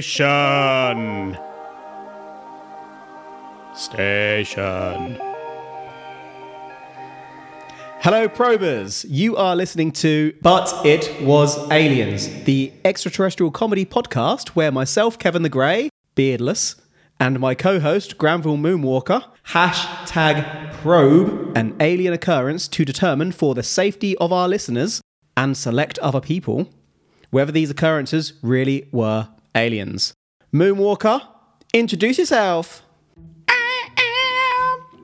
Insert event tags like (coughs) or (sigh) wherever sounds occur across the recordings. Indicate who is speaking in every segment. Speaker 1: Station. Station.
Speaker 2: Hello, probers. You are listening to But It Was Aliens, the extraterrestrial comedy podcast where myself, Kevin the Grey, beardless, and my co host, Granville Moonwalker, hashtag probe an alien occurrence to determine for the safety of our listeners and select other people whether these occurrences really were aliens. Moonwalker, introduce yourself.
Speaker 3: I am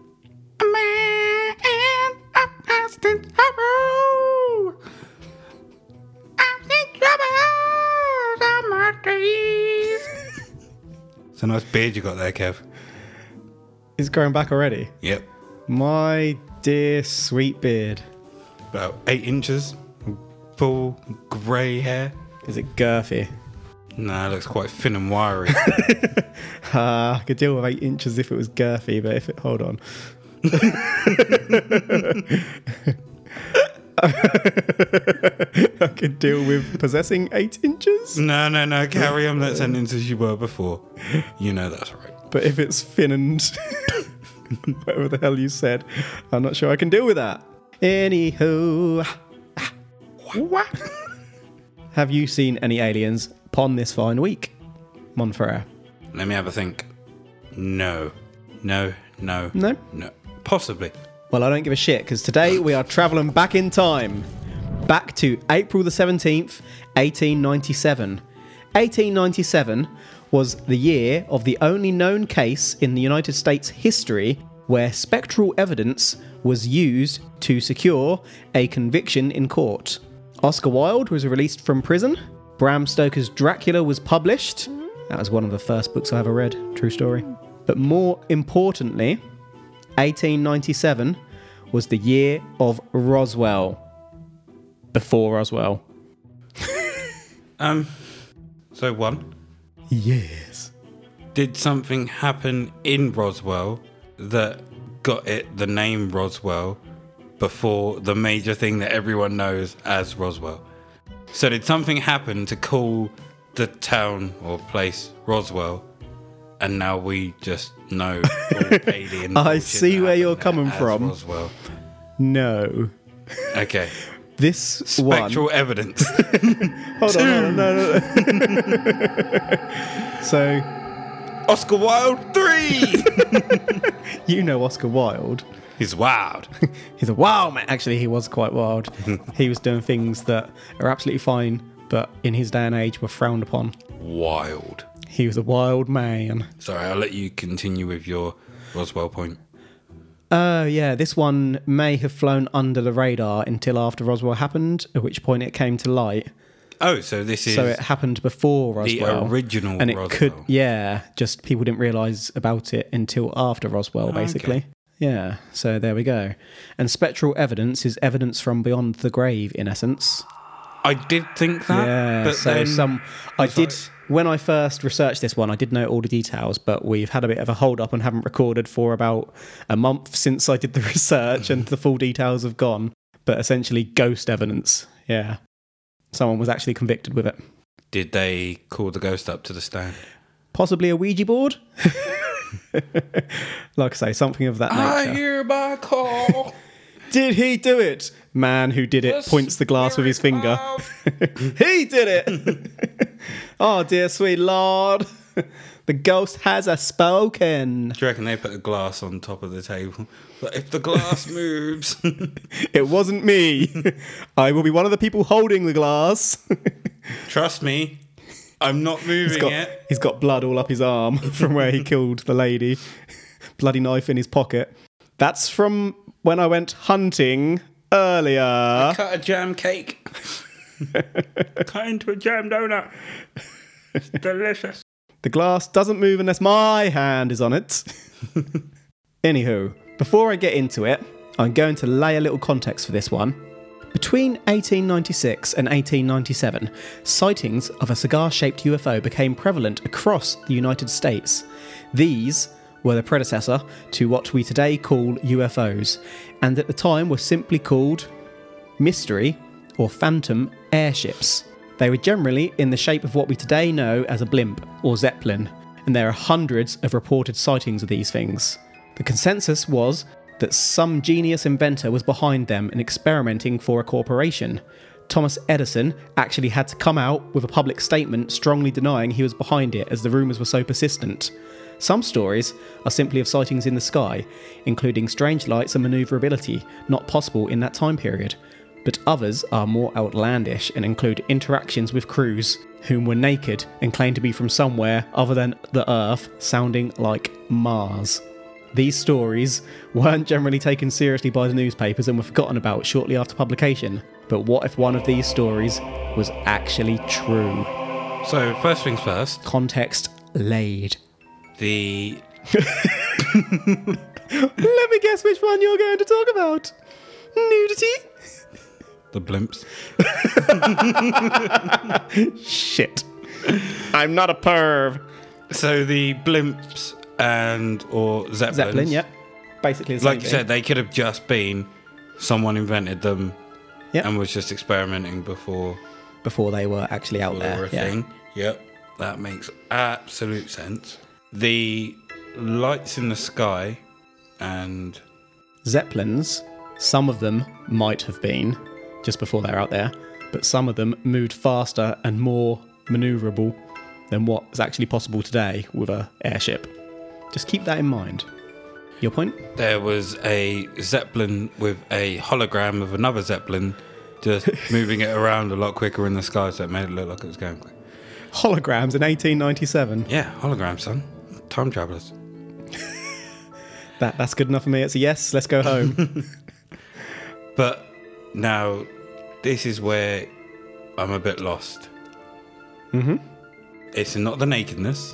Speaker 3: a man of constant trouble. I'm in trouble, I'm not pleased.
Speaker 4: It's a nice beard you got there, Kev.
Speaker 2: It's growing back already.
Speaker 4: Yep.
Speaker 2: My dear sweet beard.
Speaker 4: About eight inches. Full grey hair.
Speaker 2: Is it girthy?
Speaker 4: Nah, it looks quite thin and wiry.
Speaker 2: (laughs) Ah, I could deal with eight inches if it was girthy, but if it, hold on. (laughs) I could deal with possessing eight inches,
Speaker 4: no, no, no. Carry on that sentence as you were before. You know that's right.
Speaker 2: but if it's thin and (laughs) whatever the hell you said, I'm not sure I can deal with that. Anywho,
Speaker 3: What?
Speaker 2: have you seen any aliens upon this fine week, Monferrer?
Speaker 4: Let me have a think. No. No, no.
Speaker 2: No?
Speaker 4: No. Possibly.
Speaker 2: Well, I don't give a shit because today we are traveling back in time. Back to April the 17th, 1897. 1897 was the year of the only known case in the United States history where spectral evidence was used to secure a conviction in court. Oscar Wilde was released from prison. Bram Stoker's Dracula was published. That was one of the first books I ever read, true story. But more importantly, 1897 was the year of Roswell. Before Roswell.
Speaker 4: Um. So, one.
Speaker 2: Yes.
Speaker 4: Did something happen in Roswell that got it the name Roswell before the major thing that everyone knows as Roswell? So, did something happen to call the town or place Roswell? And now we just
Speaker 2: (laughs)
Speaker 4: know all alien.
Speaker 2: I
Speaker 4: bullshit
Speaker 2: see
Speaker 4: that
Speaker 2: where you're coming
Speaker 4: happened there as
Speaker 2: from.
Speaker 4: Roswell.
Speaker 2: No.
Speaker 4: Okay.
Speaker 2: This (laughs)
Speaker 4: Spectral
Speaker 2: one. (laughs)
Speaker 4: evidence.
Speaker 2: Hold on, hold on, no, no, no. (laughs) so
Speaker 4: Oscar
Speaker 2: (laughs)
Speaker 4: Wilde three.
Speaker 2: you know Oscar Wilde.
Speaker 4: He's wild.
Speaker 2: He's a wild man. Actually, he was quite (laughs) wild. he was doing things that are absolutely fine, but in his day and age were frowned upon.
Speaker 4: Wild.
Speaker 2: He was a wild man.
Speaker 4: Sorry, I'll let you continue with your Roswell point.
Speaker 2: Oh, yeah. This one may have flown under the radar until after Roswell happened, at which point it came to light.
Speaker 4: Oh, so this is
Speaker 2: So it happened before
Speaker 4: the
Speaker 2: Roswell.
Speaker 4: original
Speaker 2: And it
Speaker 4: Roswell.
Speaker 2: could, yeah, just people didn't realize about it until after Roswell, basically. Yeah, so there we go. And spectral evidence is evidence from beyond the grave, in essence.
Speaker 4: I did think that,
Speaker 2: Yeah,
Speaker 4: Ah, but
Speaker 2: so
Speaker 4: then
Speaker 2: some. I did.
Speaker 4: like-
Speaker 2: When I first researched this one, I did know all the details, but we've had a bit of a hold up and haven't recorded for about a month since I did the (laughs) research, and the full details have gone. But essentially, ghost evidence. Yeah. Someone was actually convicted with it.
Speaker 4: did they call the ghost up to the stand?
Speaker 2: Possibly a Ouija board? (laughs) like I say, something of that nature.
Speaker 4: hereby call.
Speaker 2: Did he do it? Man who did it (laughs) points the glass with his (laughs)
Speaker 4: spirit
Speaker 2: finger. he did it! (laughs) oh, dear sweet lord. (laughs) The ghost has a spoken.
Speaker 4: Do you reckon they put a glass on top of the table? But if the (laughs) glass moves,
Speaker 2: It wasn't me. (laughs) I will be one of the people holding the glass. (laughs)
Speaker 4: trust me, I'm not moving
Speaker 2: He's got, (laughs)
Speaker 4: it.
Speaker 2: he's got blood all up his arm (laughs) from where he killed the lady. (laughs) Bloody knife in his pocket. That's from when I went hunting earlier.
Speaker 4: Cut a
Speaker 2: (laughs)
Speaker 4: jam cake. Cut into a jam donut. It's delicious.
Speaker 2: The glass doesn't move unless my hand is on it. Anywho, before I get into it, I'm going to lay a little context for this one. Between 1896 and 1897, sightings of a cigar shaped UFO became prevalent across the United States. These were the predecessor to what we today call UFOs, and at the time were simply called mystery or phantom airships. They were generally in the shape of what we today know as a blimp or zeppelin, and there are hundreds of reported sightings of these things. The consensus was that some genius inventor was behind them and experimenting for a corporation. Thomas Edison actually had to come out with a public statement strongly denying he was behind it as the rumours were so persistent. Some stories are simply of sightings in the sky, including strange lights and maneuverability not possible in that time period, but others are more outlandish and include interactions with crews whom were naked and claimed to be from somewhere other than the Earth, sounding like Mars. These stories weren't generally taken seriously by the newspapers and were forgotten about shortly after publication. But what if one of these stories was actually true?
Speaker 4: So, first things first,
Speaker 2: Context laid.
Speaker 4: the
Speaker 2: Let me guess which one you're going to talk about. Nudity?
Speaker 4: the blimps.
Speaker 2: Shit. I'm not a perv.
Speaker 4: So the blimps and or zeppelins.
Speaker 2: Zeppelin, yeah. Basically the same
Speaker 4: Like you
Speaker 2: thing.
Speaker 4: said, they could have just been someone invented them
Speaker 2: Yeah.
Speaker 4: and was just experimenting before
Speaker 2: before they were actually out
Speaker 4: they were
Speaker 2: there.
Speaker 4: a
Speaker 2: Uh, Yeah.
Speaker 4: thing. Yep, that makes absolute sense. The lights in the sky and
Speaker 2: Zeppelins, some of them might have been just before they're out there, but some of them moved faster and more maneuverable than what is actually possible today with a airship. Just keep that in mind. Your point?
Speaker 4: There was a zeppelin with a hologram of another zeppelin,
Speaker 2: (laughs)
Speaker 4: just moving it around a lot quicker in the sky, so it made it look like it was going quick.
Speaker 2: Holograms in 1897.
Speaker 4: Yeah, hologram, son. Time travelers.
Speaker 2: That, that's good enough for me. It's a yes. Let's go
Speaker 4: (laughs)
Speaker 2: home.
Speaker 4: But now, this is where I'm a bit lost. Mm-hmm. It's not the nakedness.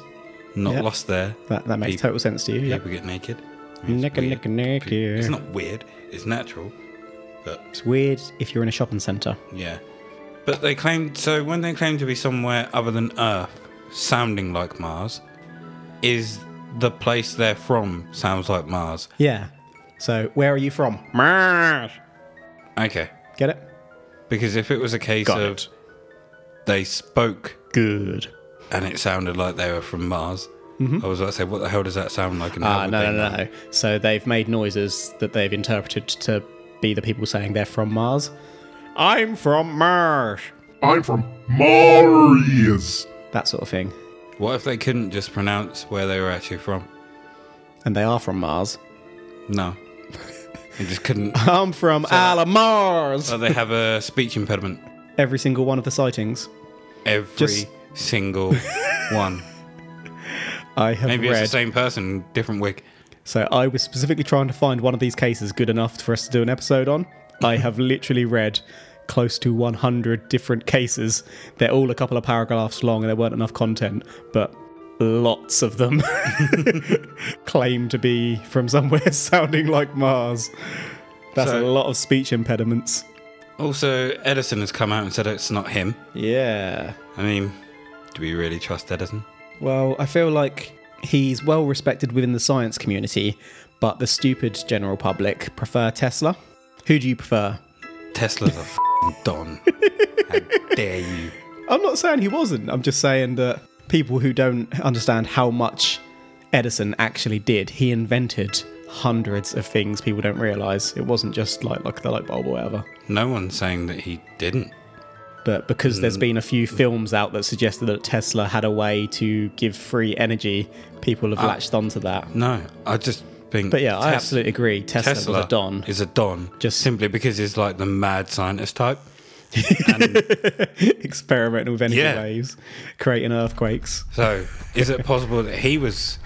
Speaker 4: Not
Speaker 2: Yeah.
Speaker 4: lost there.
Speaker 2: that, that makes
Speaker 4: People-
Speaker 2: total sense to you. Yep.
Speaker 4: People get naked.
Speaker 2: Naked,
Speaker 4: weird.
Speaker 2: naked, naked.
Speaker 4: Pe- It's not weird. It's natural. But
Speaker 2: It's weird if you're in a shopping centre.
Speaker 4: yeah. But they claim so when they claim to be somewhere other than Earth, sounding like Mars, is the place they're from sounds like Mars.
Speaker 2: Yeah. So where are you from?
Speaker 4: Okay.
Speaker 2: Get it?
Speaker 4: Because if it was a case
Speaker 2: Got
Speaker 4: of
Speaker 2: it.
Speaker 4: they spoke
Speaker 2: Good.
Speaker 4: and it sounded like they were from Mars, I was like, say, what the hell does that sound like? And
Speaker 2: Mm-hmm.
Speaker 4: how
Speaker 2: Ah,
Speaker 4: would
Speaker 2: no,
Speaker 4: they
Speaker 2: no, no,
Speaker 4: know?
Speaker 2: no. So they've made noises that they've interpreted to be the people saying they're from Mars. I'm from Mars.
Speaker 3: I'm from Marius.
Speaker 2: That sort of thing.
Speaker 4: What if they couldn't just pronounce where they were actually from?
Speaker 2: And they are from Mars. (laughs)
Speaker 4: No. they just couldn't.
Speaker 2: I'm from Ala Mars.
Speaker 4: Oh, they have a speech impediment.
Speaker 2: Every single one of the sightings
Speaker 4: Every
Speaker 2: Just-
Speaker 4: single one.
Speaker 2: I have
Speaker 4: Maybe it's the
Speaker 2: read.
Speaker 4: same person, different wig.
Speaker 2: So I was specifically trying to find one of these cases good enough for us to do an episode on. I have literally read close to 100 different cases. They're all a couple of paragraphs long and there weren't enough content, but lots of them (laughs) claim to be from somewhere (laughs) sounding like Mars. That's a
Speaker 4: So-
Speaker 2: lot of speech impediments.
Speaker 4: Also, Edison has come out and said it's not him.
Speaker 2: Yeah.
Speaker 4: I mean, do we really trust Edison?
Speaker 2: Well, I feel like he's well respected within the science community, but the stupid general public prefer Tesla. Who do you prefer?
Speaker 4: Tesla's a f- don.
Speaker 2: (laughs)
Speaker 4: How dare you?
Speaker 2: I'm not saying he wasn't. I'm just saying that people who don't understand how much Edison actually did, he invented hundreds of things people don't realize. It wasn't just like like the light bulb or whatever.
Speaker 4: No one's saying that he didn't.
Speaker 2: But because there's
Speaker 4: Mm.
Speaker 2: been a few films out that suggested that Tesla had a way to give free energy, people have latched onto that.
Speaker 4: No, I just think.
Speaker 2: But yeah, I
Speaker 4: Ah. Tes-
Speaker 2: absolutely agree. Tesla,
Speaker 4: Tesla
Speaker 2: was a don.
Speaker 4: Is a don.
Speaker 2: Just-
Speaker 4: Just simply because he's like the mad scientist type.
Speaker 2: (laughs) Experimenting with energy
Speaker 4: Yeah.
Speaker 2: waves, creating earthquakes.
Speaker 4: So, is it possible that he was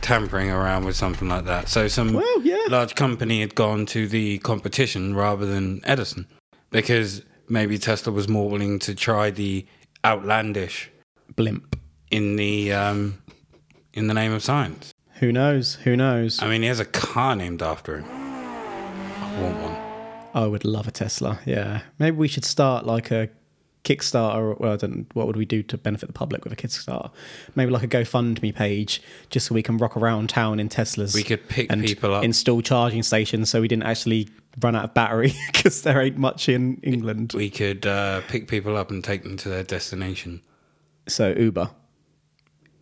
Speaker 4: tampering around with something like that? So, some
Speaker 2: Well, yeah.
Speaker 4: large company had gone to the competition rather than Edison because maybe Tesla was more willing to try the outlandish
Speaker 2: Blimp.
Speaker 4: in the um, in the name of science.
Speaker 2: Who knows? Who knows?
Speaker 4: I mean, he has a car named after him. I want one.
Speaker 2: I would love a Tesla. Yeah. Maybe we should start like a Kickstarter. Well, I don't. What would we do to benefit the public with a Kickstarter? Maybe like a GoFundMe page, just so we can rock around town in Teslas.
Speaker 4: We could pick
Speaker 2: and
Speaker 4: people up.
Speaker 2: install charging stations, so we didn't actually run out of battery (laughs) because there ain't much in England.
Speaker 4: We could uh, pick people up and take them to their destination
Speaker 2: So Uber.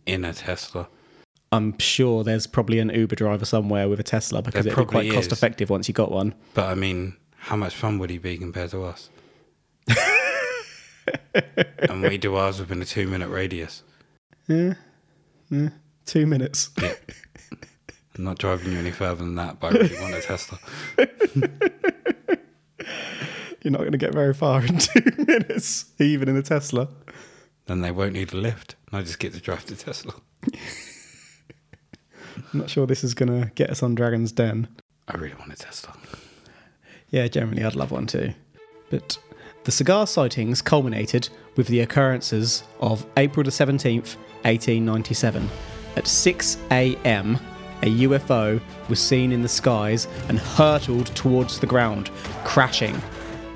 Speaker 4: in a Tesla.
Speaker 2: I'm sure there's probably an Uber driver somewhere with a Tesla because it'd
Speaker 4: There
Speaker 2: be
Speaker 4: probably
Speaker 2: quite
Speaker 4: is.
Speaker 2: cost effective once you got one.
Speaker 4: But I mean, how much fun would he be compared to (laughs) us? and we do ours within a two minute radius.
Speaker 2: Two minutes. (laughs)
Speaker 4: I'm not driving you any further than that, but I really (laughs) want a Tesla.
Speaker 2: You're not going to get very far in (laughs) two minutes, even in a Tesla.
Speaker 4: Then they won't need a lift. And I just get to drive the Tesla.
Speaker 2: I'm not sure this is going to get us on Dragon's Den.
Speaker 4: I really want a Tesla.
Speaker 2: Yeah, generally, I'd love one too. But the cigar sightings culminated with the occurrences of April the 17th, 1897. At 6 a.m., a UFO was seen in the skies and hurtled towards the ground, crashing.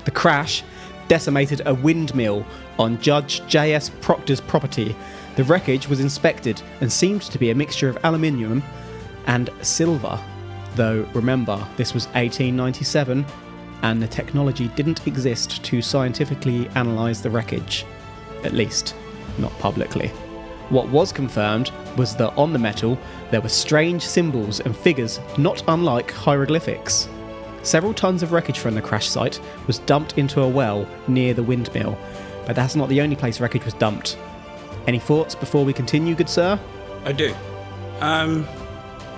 Speaker 2: The crash decimated a windmill on Judge J.S. Proctor's property. The wreckage was inspected and seemed to be a mixture of aluminium and silver. Though, remember, this was 1897 and the technology didn't exist to scientifically analyse the wreckage. At least, not publicly. What was confirmed was that on the metal there were strange symbols and figures not unlike hieroglyphics. Several tons of wreckage from the crash site was dumped into a well near the windmill, but that's not the only place wreckage was dumped. Any thoughts before we continue, good sir?
Speaker 4: I do. Um,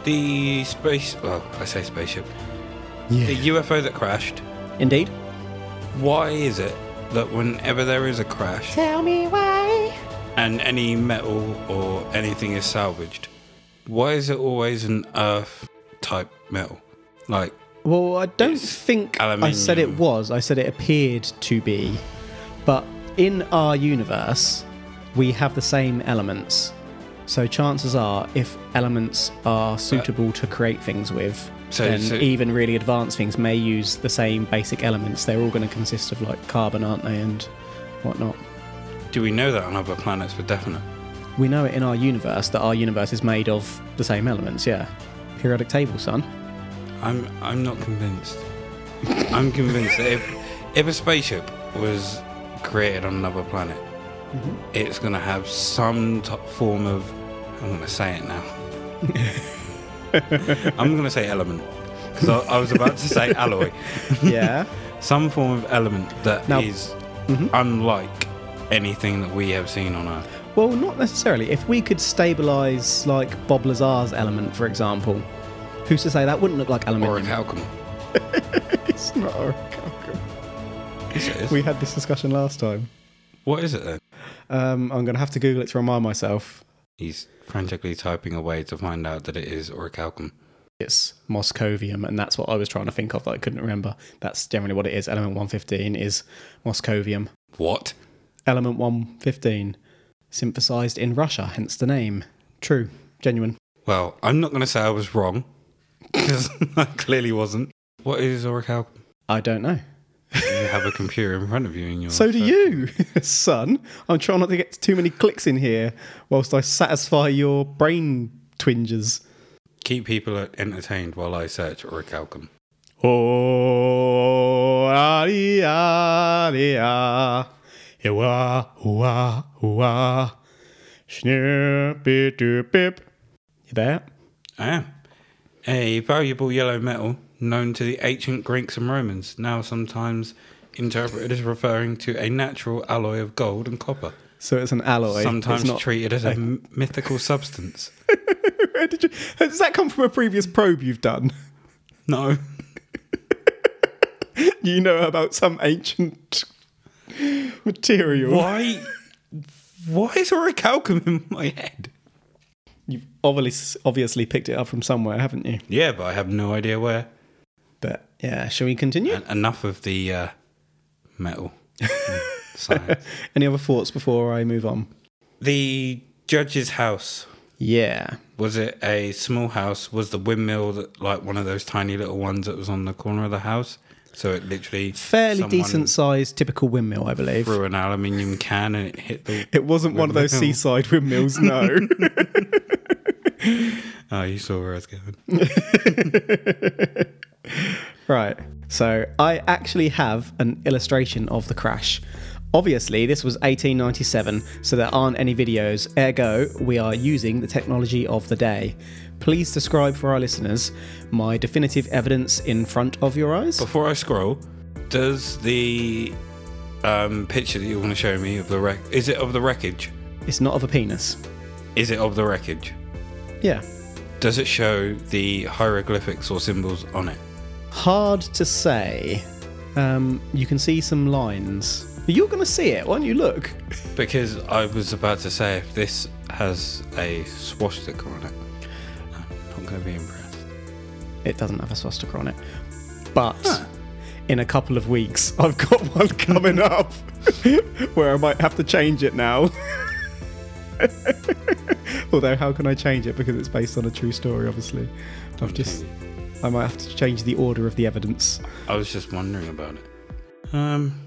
Speaker 4: the space. Well, I say spaceship. The UFO that crashed.
Speaker 2: Indeed.
Speaker 4: Why is it that whenever there is a crash
Speaker 2: Tell me why.
Speaker 4: and any metal or anything is salvaged, why is it always an Earth type metal? Like,
Speaker 2: Well, I don't
Speaker 4: It's
Speaker 2: think I said it
Speaker 4: aluminium.
Speaker 2: was. I said it appeared to be. But in our universe, we have the same elements. So chances are, if elements are suitable to create things with,
Speaker 4: So-
Speaker 2: then
Speaker 4: so-
Speaker 2: even really advanced things may use the same basic elements. They're all going to consist of like carbon, aren't they, and whatnot.
Speaker 4: do we know that on other planets for definite?
Speaker 2: We know it in our universe that our universe is made of the same elements. Yeah, periodic table, son.
Speaker 4: I'm I'm not convinced. (laughs) I'm convinced that if if a spaceship was created on another planet, it's gonna have some top form of I'm gonna say it now. I'm gonna say element because I, I was about to say alloy.
Speaker 2: (laughs) Yeah.
Speaker 4: Some form of element that is
Speaker 2: Now- mm-hmm.
Speaker 4: unlike anything that we have seen on Earth.
Speaker 2: Well, not necessarily. If we could stabilise, like, Bob Lazar's element, for example, who's to say that wouldn't look like
Speaker 4: Or a
Speaker 2: aluminium?
Speaker 4: calcum.
Speaker 2: It's not a
Speaker 4: Yes, it is.
Speaker 2: We had this discussion last time.
Speaker 4: What is it then?
Speaker 2: Um, I'm going to have to Google it to remind myself.
Speaker 4: He's frantically typing away to find out that it is orichalcum.
Speaker 2: It's Moscovium, and that's what I was trying to think of that I couldn't remember. That's generally what it is. Element 115 is Moscovium.
Speaker 4: What?
Speaker 2: Element 115, synthesised in Russia, hence the name. True. Genuine.
Speaker 4: Well, I'm not going to say I was wrong because (laughs) I clearly wasn't. What is Oracle?
Speaker 2: I don't know.
Speaker 4: You have a computer in front of you, and you're
Speaker 2: So do you, (laughs) son. I'm trying not to get too many clicks in here whilst I satisfy your brain twinges.
Speaker 4: Keep people entertained while I search Orichalcum.
Speaker 1: Oh, ali, ali, ah. Ewa, hua, hua. Snippy doo bip.
Speaker 2: You there?
Speaker 4: I am a valuable yellow metal known to the ancient Greeks and Romans, now sometimes interpreted as referring to a natural alloy of gold and copper,
Speaker 2: So it's an alloy.
Speaker 4: sometimes
Speaker 2: It's not- (laughs)
Speaker 4: treated as a m- mythical substance.
Speaker 2: Where did you- Does that come from a previous probe you've done? (laughs)
Speaker 4: (laughs) No,
Speaker 2: You know about some ancient (laughs) material.
Speaker 4: why? Why is Orichalcum in my head?
Speaker 2: You've obviously, obviously picked it up from somewhere, haven't you?
Speaker 4: Yeah, but I have no idea where.
Speaker 2: But yeah, shall we continue?
Speaker 4: En- enough of the uh, (laughs) metal Mm, science.
Speaker 2: Any other thoughts before I move on?
Speaker 4: The judge's house
Speaker 2: Yeah.
Speaker 4: was it a small house? Was the windmill that, like one of those tiny little ones that was on the corner of the house? So it literally
Speaker 2: Fairly
Speaker 4: someone
Speaker 2: decent sized, typical windmill, I believe.
Speaker 4: through an aluminium can and it hit the.
Speaker 2: It wasn't one of those
Speaker 4: windmill.
Speaker 2: seaside (laughs) windmills, no.
Speaker 4: Oh, you saw where I was going.
Speaker 2: Right. So I actually have an illustration of the crash. Obviously, this was 1897, so there aren't any videos, ergo, we are using the technology of the day. Please describe for our listeners my definitive evidence in front of your eyes.
Speaker 4: Before I scroll, does the um, picture that you want to show me of the wreck is it of the wreckage?
Speaker 2: It's not of a penis.
Speaker 4: Is it of the wreckage?
Speaker 2: Yeah.
Speaker 4: Does it show the hieroglyphics or symbols on it?
Speaker 2: Hard to say. Um, you can see some lines. You're going to see it, won't you? Look.
Speaker 4: Because I was about to say if this has a swastika on it, Uh, I'm not going to be impressed.
Speaker 2: It doesn't have a swastika on it. But in a couple of weeks, (laughs) I've got one coming up (laughs) where I might have to change it now. (laughs) Although, how can I change it? Because it's based on a true story, obviously. I've just. I might have to change the order of the evidence.
Speaker 4: I was just wondering about it. Um,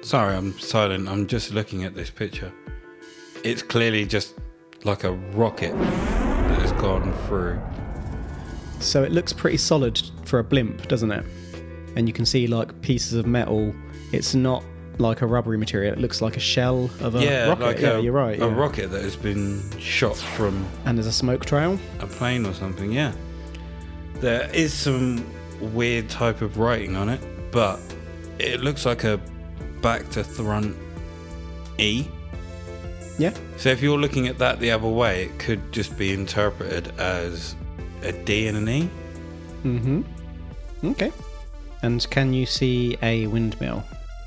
Speaker 4: sorry, I'm silent. I'm just looking at this picture. It's clearly just like a rocket that has gone through.
Speaker 2: So it looks pretty solid for a blimp, doesn't it? And you can see like pieces of metal. It's not like a rubbery material. It looks like a shell of a
Speaker 4: yeah,
Speaker 2: rocket.
Speaker 4: like
Speaker 2: yeah,
Speaker 4: a,
Speaker 2: you're right.
Speaker 4: a
Speaker 2: yeah.
Speaker 4: rocket that has been shot from
Speaker 2: And there's a smoke trail.
Speaker 4: a plane or something. Yeah, there is some weird type of writing on it, but it looks like a back to front E.
Speaker 2: Yeah.
Speaker 4: So if you're looking at that the other way, it could just be interpreted as a D and an E.
Speaker 2: Mm-hmm. Okay. And can you see a windmill?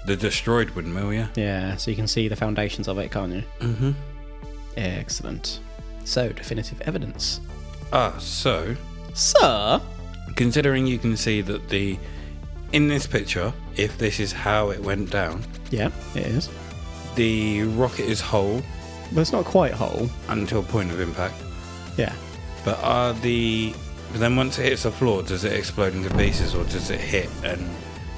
Speaker 4: The destroyed windmill, yeah.
Speaker 2: Yeah, so you can see the foundations of it, can't you?
Speaker 4: Mm-hmm.
Speaker 2: Excellent. So, definitive evidence.
Speaker 4: Ah, so
Speaker 2: Sir?
Speaker 4: considering you can see that the in this picture, if this is how it went down,
Speaker 2: Yeah, it is.
Speaker 4: the rocket is whole
Speaker 2: But it's not quite whole.
Speaker 4: until point of impact.
Speaker 2: Yeah.
Speaker 4: But are the but then once it hits the floor, does it explode into pieces or does it hit and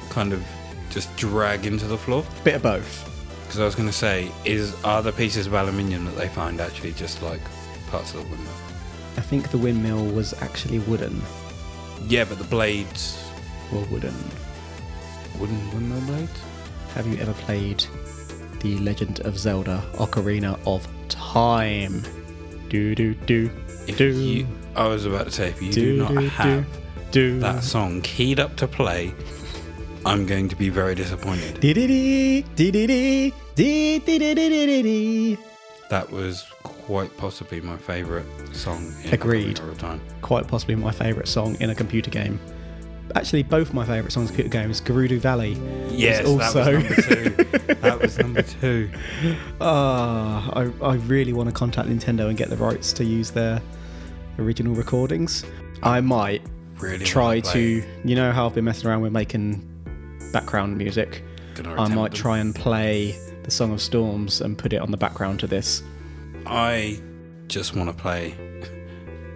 Speaker 4: kind of just drag into the floor?
Speaker 2: Bit of both.
Speaker 4: Because I was going to say, is are the pieces of aluminium that they find actually just like parts of the windmill?
Speaker 2: I think the windmill was actually wooden.
Speaker 4: Yeah, but the blades,
Speaker 2: Or wooden.
Speaker 4: wooden windmill blades.
Speaker 2: Have you ever played The Legend of Zelda Ocarina of Time? Do, do, do.
Speaker 4: If
Speaker 2: do.
Speaker 4: you, I was about to say, if you do,
Speaker 2: Do,
Speaker 4: not
Speaker 2: do, do.
Speaker 4: have
Speaker 2: do.
Speaker 4: that song keyed up to play, I'm going to be very disappointed.
Speaker 2: Dee-dee-dee, dee-dee-dee, dee-dee-dee-dee-dee-dee.
Speaker 4: That was quite possibly my favourite song. In
Speaker 2: Agreed.
Speaker 4: All the time.
Speaker 2: Quite possibly my favourite song in a computer game. Actually, both my favourite songs in computer games, Gerudo Valley.
Speaker 4: Yes,
Speaker 2: also-
Speaker 4: that was number
Speaker 2: (laughs)
Speaker 4: two. that was number two.
Speaker 2: Ah, I, I really want to contact Nintendo and get the rights to use their original recordings. I might
Speaker 4: Really
Speaker 2: try
Speaker 4: wanna play
Speaker 2: to, you know how I've been messing around with making background music.
Speaker 4: Gonna
Speaker 2: I might
Speaker 4: attempt them.
Speaker 2: try and play the Song of Storms and put it on the background to (laughs) this.
Speaker 4: I just want to play.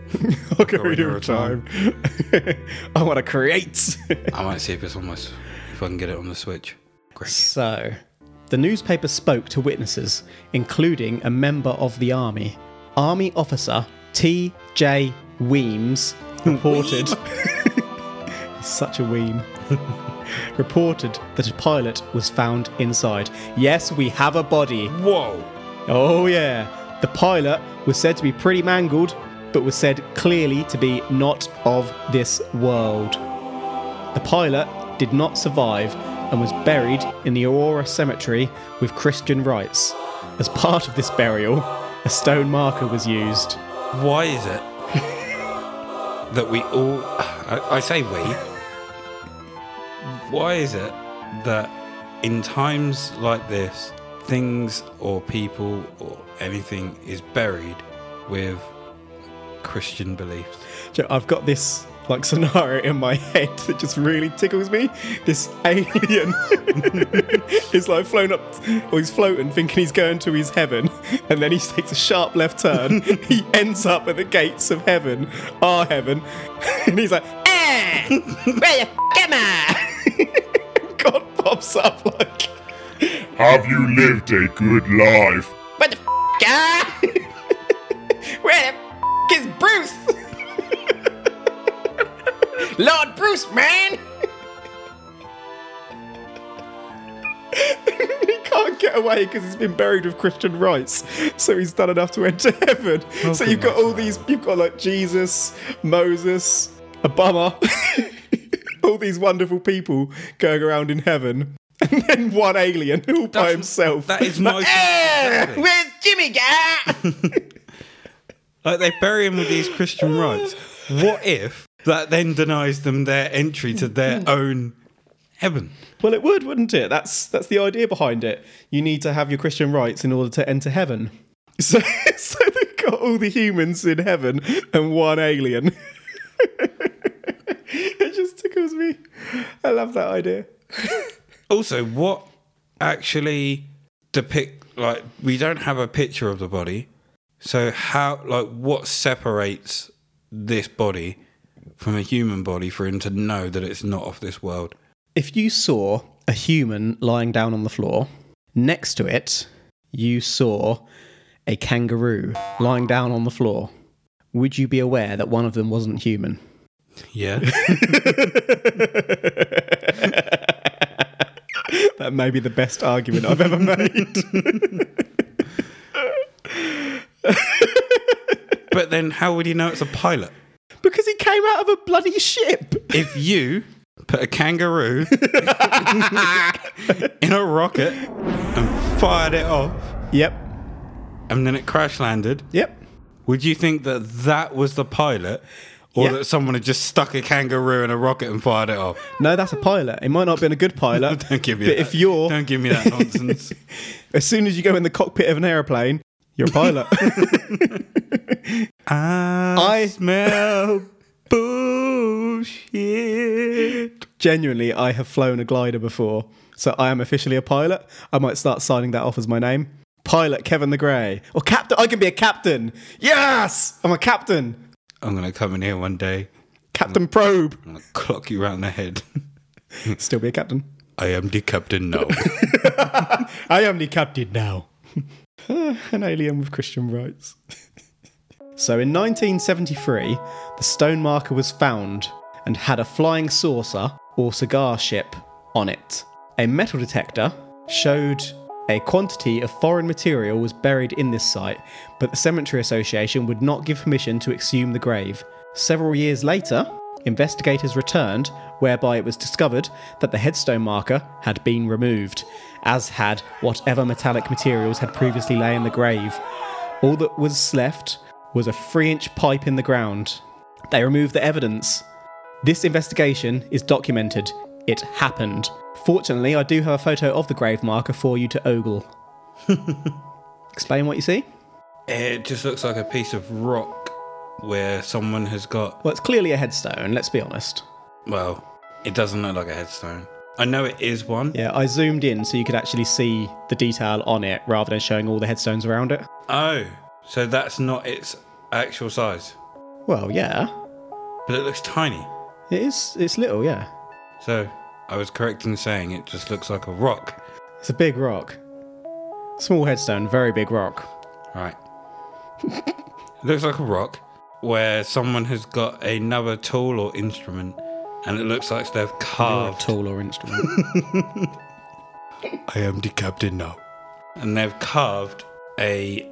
Speaker 2: Ocarina
Speaker 4: Ocarina
Speaker 2: of
Speaker 4: of
Speaker 2: Time. (laughs) I want to create.
Speaker 4: I might see if it's on my. s- If I can get it on the Switch. Great.
Speaker 2: So, the newspaper spoke to witnesses, including a member of the army. Army officer T.J. Weems (laughs) reported. such a weem. (laughs) reported that a pilot was found inside. Yes, we have a body.
Speaker 4: Whoa!
Speaker 2: Oh, yeah. The pilot was said to be pretty mangled, but was said clearly to be not of this world. The pilot did not survive and was buried in the Aurora Cemetery with Christian rites. As part of this burial, a stone marker was used.
Speaker 4: Why is it that we all. I, I say we. Why is it that in times like this, things or people or anything is buried with Christian beliefs?
Speaker 2: So I've got this like scenario in my head (laughs) that just really tickles me. This alien (laughs) is like flown up, or he's floating, thinking he's going to his heaven, and then he takes a sharp left turn. he ends up at the gates of heaven, (laughs) "Eh, our heaven, and he's like, "Ah, where the f- am I?" (laughs) God pops up like.
Speaker 3: Have you lived a good life?
Speaker 2: Where the f ah? Where the f is Bruce? (laughs) Lord Bruce, man! (laughs) he can't get away because he's been buried with Christian rights, so he's done enough to enter (laughs) heaven.
Speaker 4: Oh,
Speaker 2: so you've got all these, you've got like Jesus, Moses, a bummer, (laughs) all these wonderful people going around in heaven. (laughs) And then one alien all by
Speaker 4: That's-
Speaker 2: himself.
Speaker 4: that is my-
Speaker 2: "Eh, Where's Jimmy? guy?"
Speaker 4: Like they bury him with these Christian rites. What if that then denies them their entry to their own heaven?
Speaker 2: Well, it would, wouldn't it? That's that's the idea behind it. You need to have your Christian rights in order to enter heaven. (laughs) So, so they've got all the humans in heaven and one alien. (laughs) it just tickles me. I love that idea.
Speaker 4: Also, what actually depict like we don't have a picture of the body. So how like what separates this body from a human body for him to know that it's not of this world?
Speaker 2: If you saw a human lying down on the floor, next to it you saw a kangaroo lying down on the floor, would you be aware that one of them wasn't human?
Speaker 4: Yeah.
Speaker 2: That may be the best argument I've (laughs) ever made.
Speaker 4: (laughs) but then how would he know it's a pilot?
Speaker 2: because he came out of a bloody ship.
Speaker 4: If you put a kangaroo (laughs) in a rocket and fired it off
Speaker 2: Yep.
Speaker 4: and then it crash landed,
Speaker 2: Yep.
Speaker 4: would you think that that was the pilot or
Speaker 2: Yeah.
Speaker 4: that someone had just stuck a kangaroo in a rocket and fired it off? (laughs)
Speaker 2: No, that's a pilot. It might not have been a good pilot.
Speaker 4: Don't give me
Speaker 2: But
Speaker 4: that.
Speaker 2: if you're-
Speaker 4: Don't give me that
Speaker 2: (laughs)
Speaker 4: nonsense.
Speaker 2: as soon as you go in the cockpit of an aeroplane, you're a pilot.
Speaker 4: (laughs) I,
Speaker 2: I-
Speaker 4: smell bullshit.
Speaker 2: Genuinely, I have flown a glider before, so I am officially a pilot. I might start signing that off as my name. Pilot Kevin the Grey. Or captain. I can be a captain. Yes! I'm a captain.
Speaker 4: I'm going to come in here one day. Mm.
Speaker 2: Captain
Speaker 4: (laughs)
Speaker 2: Probe.
Speaker 4: I'm going to clock you round the head. (laughs)
Speaker 2: Still be a captain.
Speaker 4: I am the
Speaker 2: (laughs)
Speaker 4: captain now.
Speaker 2: I am the captain now. (laughs) An alien with Christian rights. (laughs) so in 1973, the stone marker was found and had a flying saucer or cigar ship on it. A metal detector showed a quantity of foreign material was buried in this site, but the Cemetery Association would not give permission to exhume the grave. Several years later, investigators returned, whereby it was discovered that the headstone marker had been removed, as had whatever metallic materials had previously lay in the grave. All that was left was a three inch pipe in the ground. They removed the evidence. This investigation is documented. It happened. Fortunately, I do have a photo of the grave marker for you to ogle. (laughs) Explain what you see?
Speaker 4: It just looks like a piece of rock where someone has got.
Speaker 2: Well, it's clearly a headstone, let's be honest.
Speaker 4: Well, it doesn't look like a headstone. I know it is one.
Speaker 2: Yeah, I zoomed in so you could actually see the detail on it rather than showing all the headstones around it.
Speaker 4: Oh, so that's not its actual size.
Speaker 2: Well, yeah.
Speaker 4: But it looks tiny.
Speaker 2: It is it's little, yeah.
Speaker 4: So I was correct in saying it just looks like a rock.
Speaker 2: It's a big rock. Small headstone, very big rock.
Speaker 4: Right. it looks like a rock where someone has got another tool or instrument and it looks like they've carved.
Speaker 2: tool or instrument.
Speaker 4: (laughs) I am the captain now. And they've carved a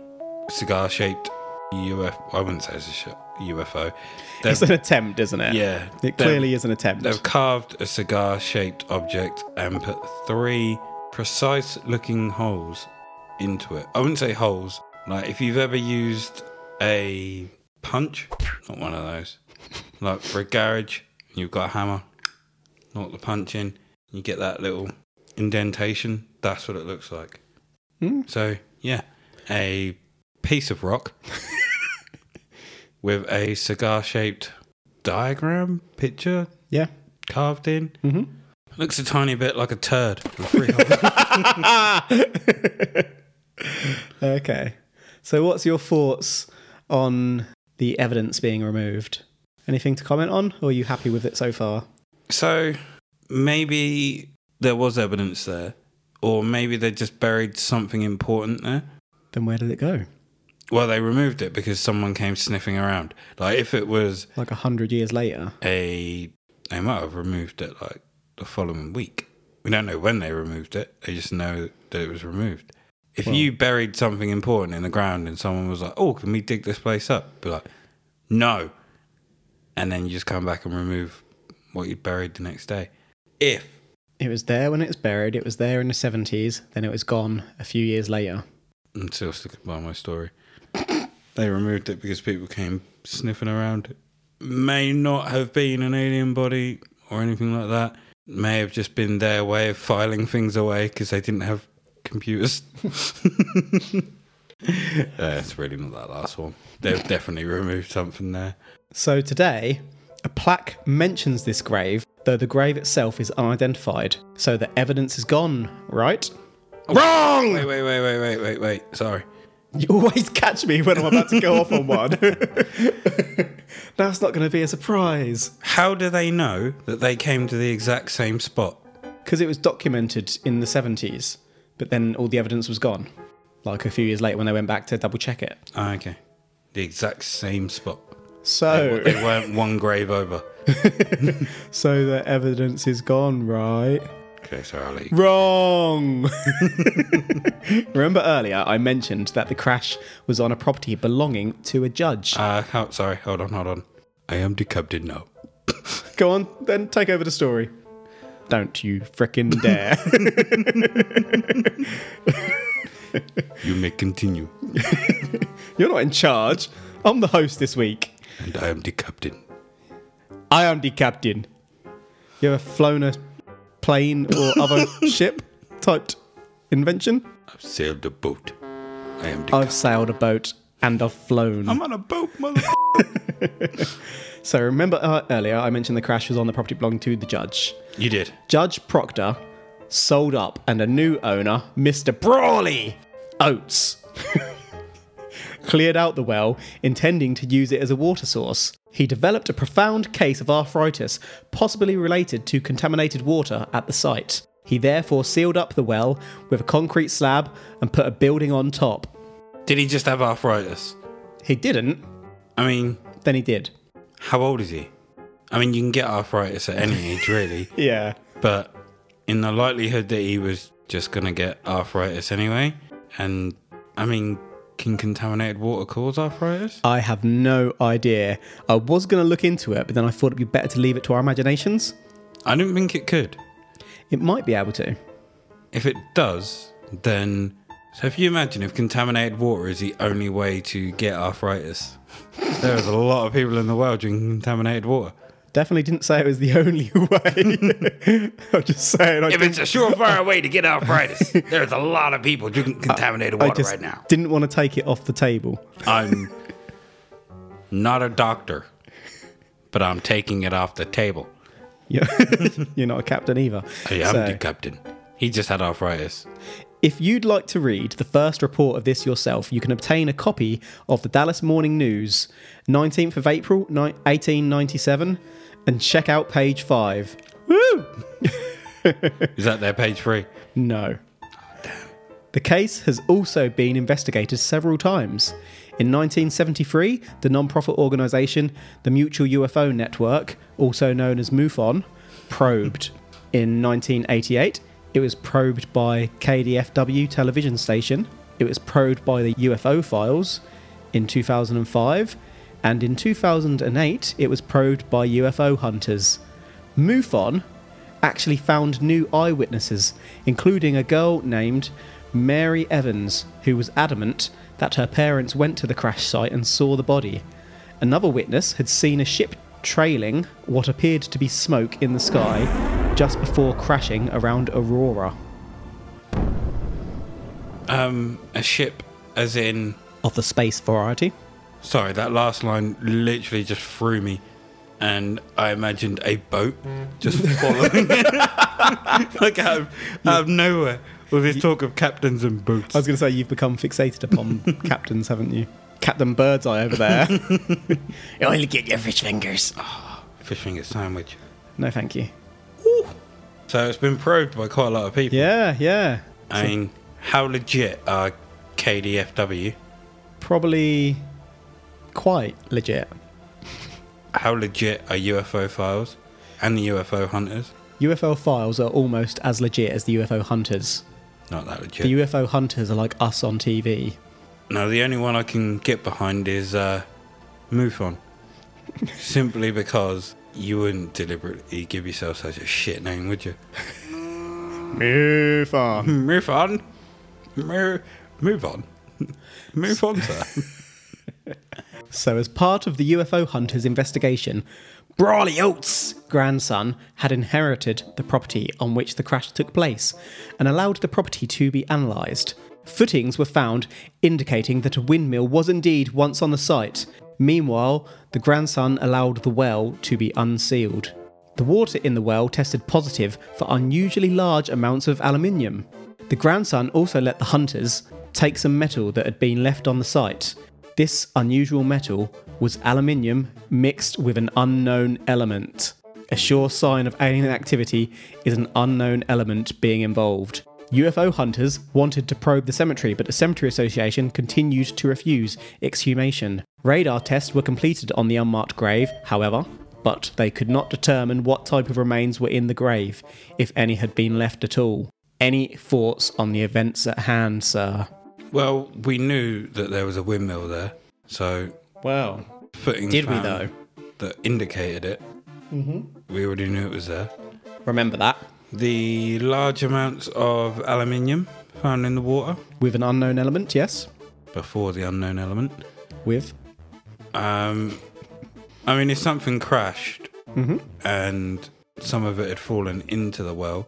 Speaker 4: cigar shaped UFO. I wouldn't say it's a sh- UFO.
Speaker 2: It's an attempt, isn't it?
Speaker 4: Yeah.
Speaker 2: It
Speaker 4: they've-
Speaker 2: clearly is an attempt.
Speaker 4: They've carved a cigar shaped object and put three precise looking holes into it. I wouldn't say holes. Like, if you've ever used a punch, not one of those, like for a garage, you've got a hammer, knock the punch in, you get that little indentation. That's what it looks like.
Speaker 2: Hmm.
Speaker 4: So, yeah, a piece of rock (laughs) with a cigar shaped diagram, picture,
Speaker 2: Yeah.
Speaker 4: carved in.
Speaker 2: Mm-hmm.
Speaker 4: Looks a tiny bit like a turd. with three holes.
Speaker 2: (laughs) (laughs) Okay. So, what's your thoughts on the evidence being removed? Anything to comment on, or are you happy with it so far?
Speaker 4: so maybe there was evidence there, or maybe they just buried something important there.
Speaker 2: Then where did it go?
Speaker 4: Well, they removed it because someone came sniffing around. Like if it was
Speaker 2: Like a hundred years later.
Speaker 4: a, they might have removed it like the following week. We don't know when they removed it. They just know that it was removed. If you buried something important in the ground and someone was like, "Oh, can we dig this place up?" Be like, "No," and then you just come back and remove what you buried the next day. If
Speaker 2: It was there when it was buried. It was there in the seventies. Then it was gone a few years later.
Speaker 4: I'm still sticking by my story. (coughs) they removed it because people came sniffing around. May not have been an alien body or anything like that. May have just been their way of filing things away because they didn't have computers. (laughs) Yeah, it's really not that last one. They've definitely removed something there.
Speaker 2: So today, a plaque mentions this grave, though the grave itself is unidentified. So the evidence is gone, right?
Speaker 4: Wrong! Wait, wait, wait, wait, wait, wait, wait. Sorry.
Speaker 2: You always catch me when I'm about to go off on one. (laughs) That's not going to be a surprise.
Speaker 4: How do they know that they came to the exact same spot?
Speaker 2: Because it was documented in the 70s, but then all the evidence was gone. Like a few years later when they went back to double check it.
Speaker 4: Ah, okay. The exact same spot.
Speaker 2: So,
Speaker 4: They weren't one grave over.
Speaker 2: (laughs) so the evidence is gone, right?
Speaker 4: Okay, sorry, I'll let you
Speaker 2: Wrong! (laughs) Remember earlier I mentioned that the crash was on a property belonging to a judge.
Speaker 4: Uh, how, sorry, hold on, hold on. I am the captain now.
Speaker 2: Go on, then take over the story. Don't you frickin' dare.
Speaker 4: You may continue,
Speaker 2: You're not in charge. I'm the host this week.
Speaker 4: and I am the captain.
Speaker 2: I am the captain. You ever flown a plane or (laughs) other ship type invention?
Speaker 4: I've sailed the boat. I am the
Speaker 2: I've
Speaker 4: captain.
Speaker 2: sailed a boat and I've flown.
Speaker 4: Oh, I'm on a boat, mother.
Speaker 2: Um, so remember uh, earlier I mentioned the crash was on the property belonging to the judge.
Speaker 4: (laughs) you did.
Speaker 2: Judge Proctor sold up, and a new owner, Mr. Brawley Oates, (laughs) cleared out the well, intending to use it as a water source. He developed a profound case of arthritis, possibly related to contaminated water at the site. He therefore sealed up the well with a concrete slab and put a building on top.
Speaker 4: Did he just have arthritis?
Speaker 2: He didn't,
Speaker 4: I mean,
Speaker 2: then he did.
Speaker 4: how old is he? I mean, you can get arthritis at any age, (laughs) really,
Speaker 2: Yeah.
Speaker 4: but in the likelihood that he was just gonna get arthritis anyway, and I mean, can contaminated water cause arthritis?
Speaker 2: I have no idea. I was going to look into it, but then I thought it'd be better to leave it to our imaginations.
Speaker 4: I don't think it could.
Speaker 2: It might be able to.
Speaker 4: If it does, then so if you imagine if contaminated water is the only way to get arthritis, there is a lot of people in the world drinking contaminated water.
Speaker 2: Definitely didn't say it was the (laughs) only way. (laughs) I'm just saying. I,
Speaker 4: If
Speaker 2: didn't,
Speaker 4: it's a surefire way to get arthritis, there's a lot of people drinking
Speaker 2: (laughs)
Speaker 4: contaminated
Speaker 2: I
Speaker 4: water
Speaker 2: just
Speaker 4: right now.
Speaker 2: didn't want to take it off the table. (laughs)
Speaker 4: I'm not a doctor, but I'm taking it off the table.
Speaker 2: You're, (laughs) you're not a captain either.
Speaker 4: I am
Speaker 2: So,
Speaker 4: the captain. He just had arthritis.
Speaker 2: if you'd like to read the first report of this yourself, you can obtain a copy of the Dallas Morning News, 19th of April, ni- 1897, and check out page five. Woo!
Speaker 4: Is that their page three?
Speaker 2: No. The case has also been investigated several times. In 1973, the non-profit organisation the Mutual UFO Network, also known as MUFON, probed. In 1988, it was probed by KDFW television station. It was probed by the UFO files in 2005, and in 2008, it was probed by UFO hunters. MUFON actually found new eyewitnesses, including a girl named Mary Evans, who was adamant that her parents went to the crash site and saw the body. Another witness had seen a ship trailing what appeared to be smoke in the sky just before crashing around Aurora.
Speaker 4: Um, a ship, as in
Speaker 2: Of the space variety?
Speaker 4: Sorry, that last line literally just threw me, and I imagined a boat just following it. (laughs) like out of, out of nowhere. All this talk of captains and boats.
Speaker 2: I was going to say you've become fixated (laughs) upon captains, haven't you? Captain Birdseye over (laughs) there.
Speaker 5: I'll get your fish fingers.
Speaker 4: Fish finger sandwich.
Speaker 2: No, thank you.
Speaker 4: So it's been probed by quite a lot of people.
Speaker 2: Yeah, yeah.
Speaker 4: I mean, how legit are KDFW?
Speaker 2: Probably quite legit.
Speaker 4: How legit are UFO files and the UFO hunters?
Speaker 2: UFO files are almost as legit as the UFO hunters.
Speaker 4: Not that legit.
Speaker 2: The UFO hunters are like us on TV.
Speaker 4: No, the only one I can get behind is uh,
Speaker 2: (laughs)
Speaker 4: MUFON. Simply because you wouldn't deliberately give yourself such a shit name, would you? (laughs)
Speaker 1: Move on.
Speaker 4: Move on. Move, move (laughs) on. Move on, sir.
Speaker 2: (laughs) So, as part of the UFO hunters' investigation, Brawley Oates' grandson had inherited the property on which the crash took place and allowed the property to be analysed. Footings were found indicating that a windmill was indeed once on the site. Meanwhile, the grandson allowed the well to be unsealed. The water in the well tested positive for unusually large amounts of aluminium. The grandson also let the hunters take some metal that had been left on the site. This unusual metal was aluminium mixed with an unknown element. A sure sign of alien activity is an unknown element being involved. UFO hunters wanted to probe the cemetery, but the Cemetery Association continued to refuse exhumation. Radar tests were completed on the unmarked grave, however, but they could not determine what type of remains were in the grave, if any had been left at all. Any thoughts on the events at hand, sir?
Speaker 4: well, we knew that there was a windmill there, so
Speaker 2: Well,
Speaker 4: footings
Speaker 2: Did we,
Speaker 4: found
Speaker 2: though?
Speaker 4: that indicated it. Mm-hmm. We already knew it was there.
Speaker 2: remember that.
Speaker 4: The large amounts of aluminium found in the water
Speaker 2: With an unknown element, yes?
Speaker 4: before the unknown element.
Speaker 2: With?
Speaker 4: Um, I mean, if something crashed and some of it had fallen into the well,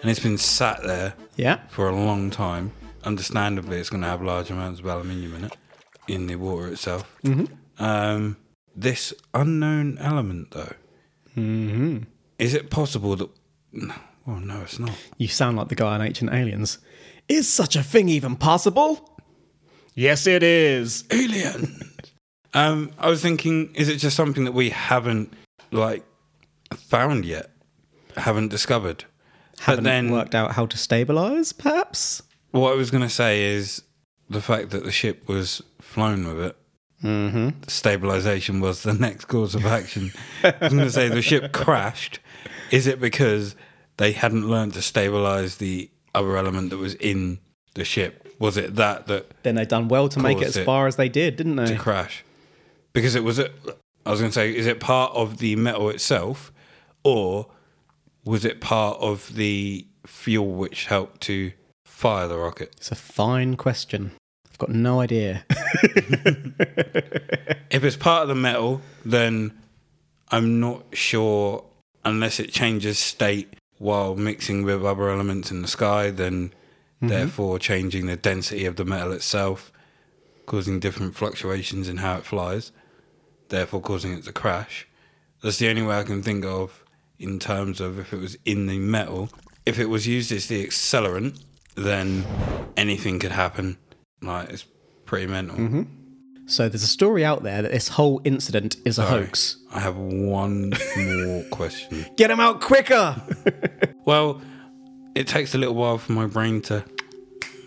Speaker 4: and it's been sat there
Speaker 2: Yeah.
Speaker 4: for a long time, understandably, it's going to have large amounts of aluminium in it, in the water itself. Um, this unknown element, though,
Speaker 2: Mm-hmm.
Speaker 4: is it possible that? no, Well, no, it's not.
Speaker 2: You sound like the guy on Ancient Aliens. Is such a thing even possible?
Speaker 1: Yes, it is.
Speaker 4: Alien. Um, I was thinking, is it just something that we haven't like found yet, haven't discovered?
Speaker 2: Haven't
Speaker 4: then-
Speaker 2: worked out how to stabilize, perhaps?
Speaker 4: What I was going to say is the fact that the ship was flown with it. Mm-hmm. Stabilization was the (laughs) next course of action. I was going to say the ship crashed. Is it because they hadn't learned to stabilize the other element that was in the ship? Was it that that
Speaker 2: Then they've done well to make it as
Speaker 4: Caused it.
Speaker 2: far as they did, didn't
Speaker 4: to
Speaker 2: they?
Speaker 4: crash? Because it was, a, I was going to say, is it part of the metal itself or was it part of the fuel which helped to fire the rocket?
Speaker 2: It's a fine question. I've got no idea. (laughs)
Speaker 4: If it's part of the metal, then I'm not sure unless it changes state while mixing with other elements in the sky, then therefore changing the density of the metal itself, causing different fluctuations in how it flies, therefore causing it to crash. That's the only way I can think of in terms of if it was in the metal. If it was used as the accelerant, then anything could happen. Like it's pretty mental.
Speaker 2: so there's a story out there that this whole incident is a hoax.
Speaker 4: I have one
Speaker 2: (laughs)
Speaker 4: more question.
Speaker 2: Get him out quicker!
Speaker 4: Well, it takes a little while for my brain to.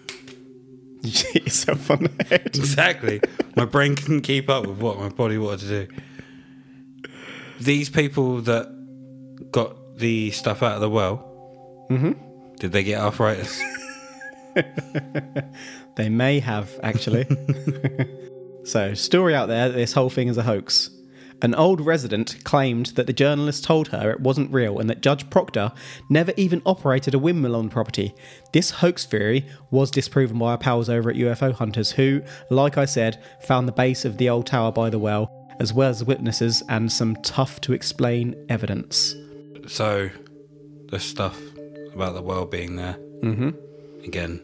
Speaker 4: (laughs)
Speaker 2: you hit yourself on the head.
Speaker 4: Exactly. my brain can keep up with what my body wanted to do. These people that got the stuff out of the well,
Speaker 2: Mm-hmm.
Speaker 4: did they get arthritis? (laughs)
Speaker 2: They may have, actually. so, story out there that this whole thing is a hoax. An old resident claimed that the journalist told her it wasn't real and that Judge Proctor never even operated a windmill on the property. This hoax theory was disproven by our pals over at UFO Hunters, who, like I said, found the base of the old tower by the well, as well as witnesses and some tough to explain evidence.
Speaker 4: so, the stuff about the well being there. Mm-hmm. Again,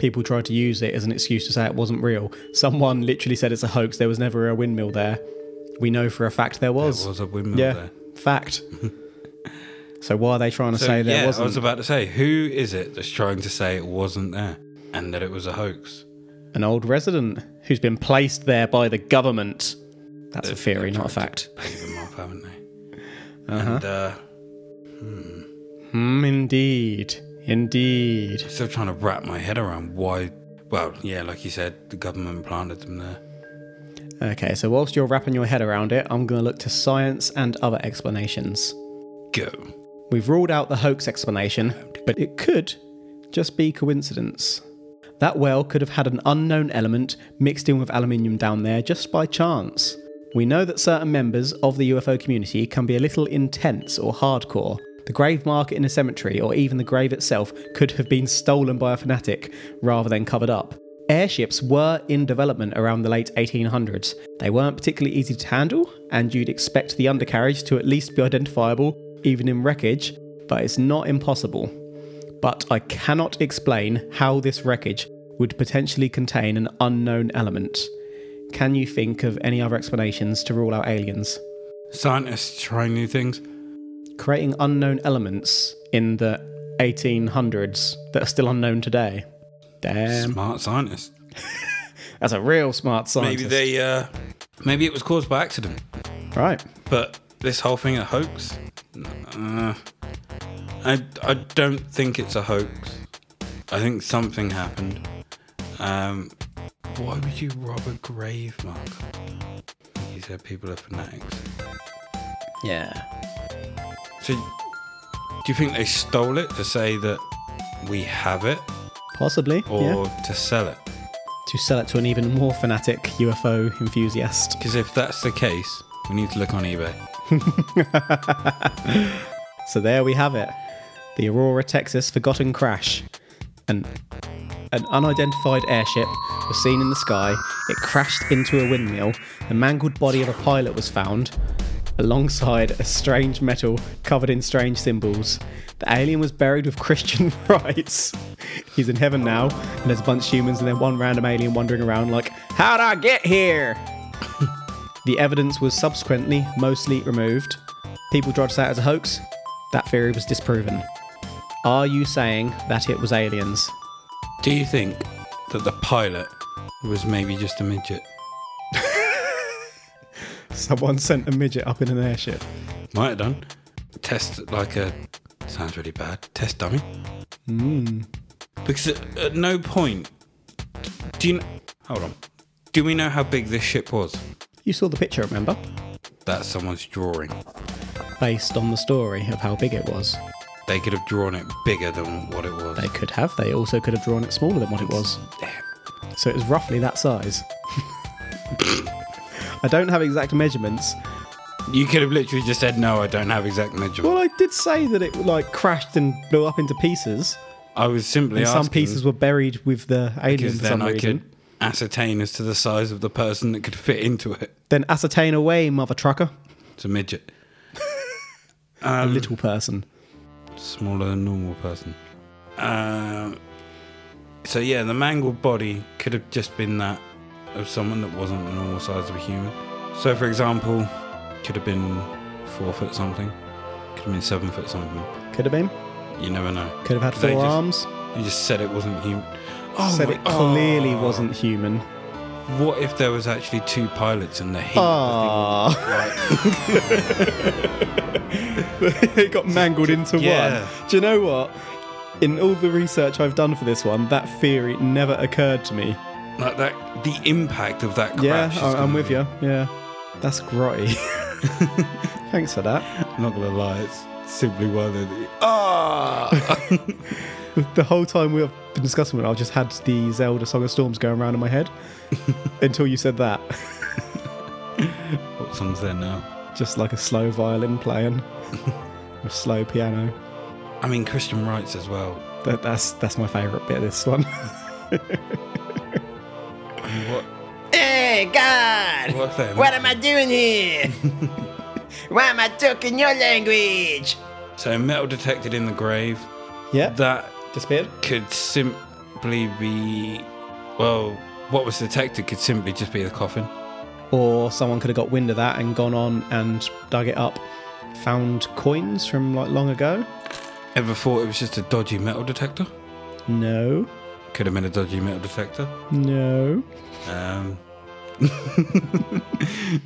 Speaker 2: People tried to use it as an excuse to say it wasn't real. Someone literally said it's a hoax, there was never a windmill there. We know for a fact there was.
Speaker 4: there was a windmill
Speaker 2: yeah,
Speaker 4: there. (laughs)
Speaker 2: fact. so why are they trying to say there
Speaker 4: yeah, I
Speaker 2: wasn't?
Speaker 4: was about to say, who is it that's trying to say it wasn't there and that it was a hoax?
Speaker 2: An old resident who's been placed there by the government. That's a theory, not a fact.
Speaker 4: Pay them off, haven't they? And uh,
Speaker 2: Hmm. Mm, indeed. Indeed.
Speaker 4: Still trying to wrap my head around why. Well, yeah, like you said, the government planted them there.
Speaker 2: Okay, so whilst you're wrapping your head around it, I'm going to look to science and other explanations.
Speaker 4: Go.
Speaker 2: We've ruled out the hoax explanation, but it could just be coincidence. That well could have had an unknown element mixed in with aluminium down there just by chance. We know that certain members of the UFO community can be a little intense or hardcore. The grave marker in a cemetery or even the grave itself could have been stolen by a fanatic rather than covered up. Airships were in development around the late 1800s. They weren't particularly easy to handle, and you'd expect the undercarriage to at least be identifiable, even in wreckage, but it's not impossible but I cannot explain how this wreckage would potentially contain an unknown element. Can you think of any other explanations to rule out aliens?
Speaker 4: Scientists try new things.
Speaker 2: Creating unknown elements in the 1800s that are still unknown today. Damn.
Speaker 4: Smart scientists.
Speaker 2: That's a real smart scientist.
Speaker 4: Maybe they. Uh, maybe it was caused by accident.
Speaker 2: Right.
Speaker 4: But this whole thing a hoax? Uh, I, I don't think it's a hoax. I think something happened. Um, why would you rob a grave, Mark? You said people are fanatics.
Speaker 2: Yeah.
Speaker 4: So, do you think they stole it to say that we have it
Speaker 2: Possibly.
Speaker 4: or
Speaker 2: yeah.
Speaker 4: to sell it?
Speaker 2: To sell it to an even more fanatic UFO enthusiast.
Speaker 4: Because if that's the case, we need to look on eBay.
Speaker 2: So there we have it. The Aurora, Texas forgotten crash. An, an unidentified airship was seen in the sky. It crashed into a windmill. The mangled body of a pilot was found alongside a strange metal covered in strange symbols. The alien was buried with Christian (laughs) rites. He's in heaven now, and there's a bunch of humans and then one random alien wandering around like, How'd I get here? (laughs) The evidence was subsequently mostly removed. People judged that as a hoax. That theory was disproven. Are you saying that it was aliens?
Speaker 4: Do you think that the pilot was maybe just a midget?
Speaker 2: Someone sent a midget up in an airship.
Speaker 4: Might have done. Test like a sounds really bad. Test dummy. Mm. Because at, at no point do you kn- hold on. Do we know how big this ship was?
Speaker 2: You saw the picture, remember?
Speaker 4: That's someone's drawing.
Speaker 2: Based on the story of how big it was.
Speaker 4: They could have drawn it bigger than what it was.
Speaker 2: They could have. They also could have drawn it smaller than what it was. So it was roughly that size. (laughs) I don't have exact measurements.
Speaker 4: you could have literally just said no. I don't have exact measurements.
Speaker 2: Well, I did say that it like crashed and blew up into pieces.
Speaker 4: I was simply
Speaker 2: And
Speaker 4: asking
Speaker 2: some pieces were buried with the alien
Speaker 4: because
Speaker 2: for
Speaker 4: then
Speaker 2: some
Speaker 4: I
Speaker 2: reason.
Speaker 4: could ascertain as to the size of the person that could fit into it.
Speaker 2: Then ascertain away, mother trucker.
Speaker 4: It's a midget,
Speaker 2: a little person.
Speaker 4: smaller than normal person. Um, so yeah, the mangled body could have just been that of someone that wasn't the normal size of a human. So for example, could have been four foot something, could have been seven foot something.
Speaker 2: Could have been.
Speaker 4: You never know.
Speaker 2: Could have had
Speaker 4: They
Speaker 2: four arms.
Speaker 4: just- You just said it wasn't human. Oh,
Speaker 2: said
Speaker 4: my-
Speaker 2: it clearly
Speaker 4: oh.
Speaker 2: wasn't human.
Speaker 4: What if there was actually two pilots and the heat?
Speaker 2: Ah, (laughs) it got mangled into
Speaker 4: Yeah.
Speaker 2: one. Do you know what? In all the research I've done for this one, that theory never occurred to me.
Speaker 4: Like that, the impact of that
Speaker 2: Yeah,
Speaker 4: crash. is
Speaker 2: I,
Speaker 4: gonna
Speaker 2: I'm with
Speaker 4: be-
Speaker 2: you. Yeah, that's
Speaker 4: (laughs)
Speaker 2: grotty. Thanks for that.
Speaker 4: I'm not gonna lie, it's simply one of the ah. (laughs)
Speaker 2: The whole time we've been discussing it, I've just had the Zelda Song of Storms going around in my head
Speaker 4: (laughs)
Speaker 2: until you said that.
Speaker 4: what song's there now?
Speaker 2: Just like a slow violin
Speaker 4: (laughs)
Speaker 2: playing, a slow piano.
Speaker 4: I mean, Christian rights as well.
Speaker 2: That, that's that's my favourite bit of this one. (laughs)
Speaker 4: What?
Speaker 5: Hey, God!
Speaker 4: What they?
Speaker 5: What am I doing here? (laughs) Why am I talking your language?
Speaker 4: So metal detected in the grave.
Speaker 2: yeah,
Speaker 4: That
Speaker 2: disappeared.
Speaker 4: could simply be, well, what was detected could simply just be the coffin.
Speaker 2: Or someone could have got wind of that and gone on and dug it up, found coins from like long ago.
Speaker 4: Ever thought it was just a dodgy metal detector?
Speaker 2: No,
Speaker 4: Could have been a dodgy metal detector.
Speaker 2: no. (laughs)
Speaker 4: Um,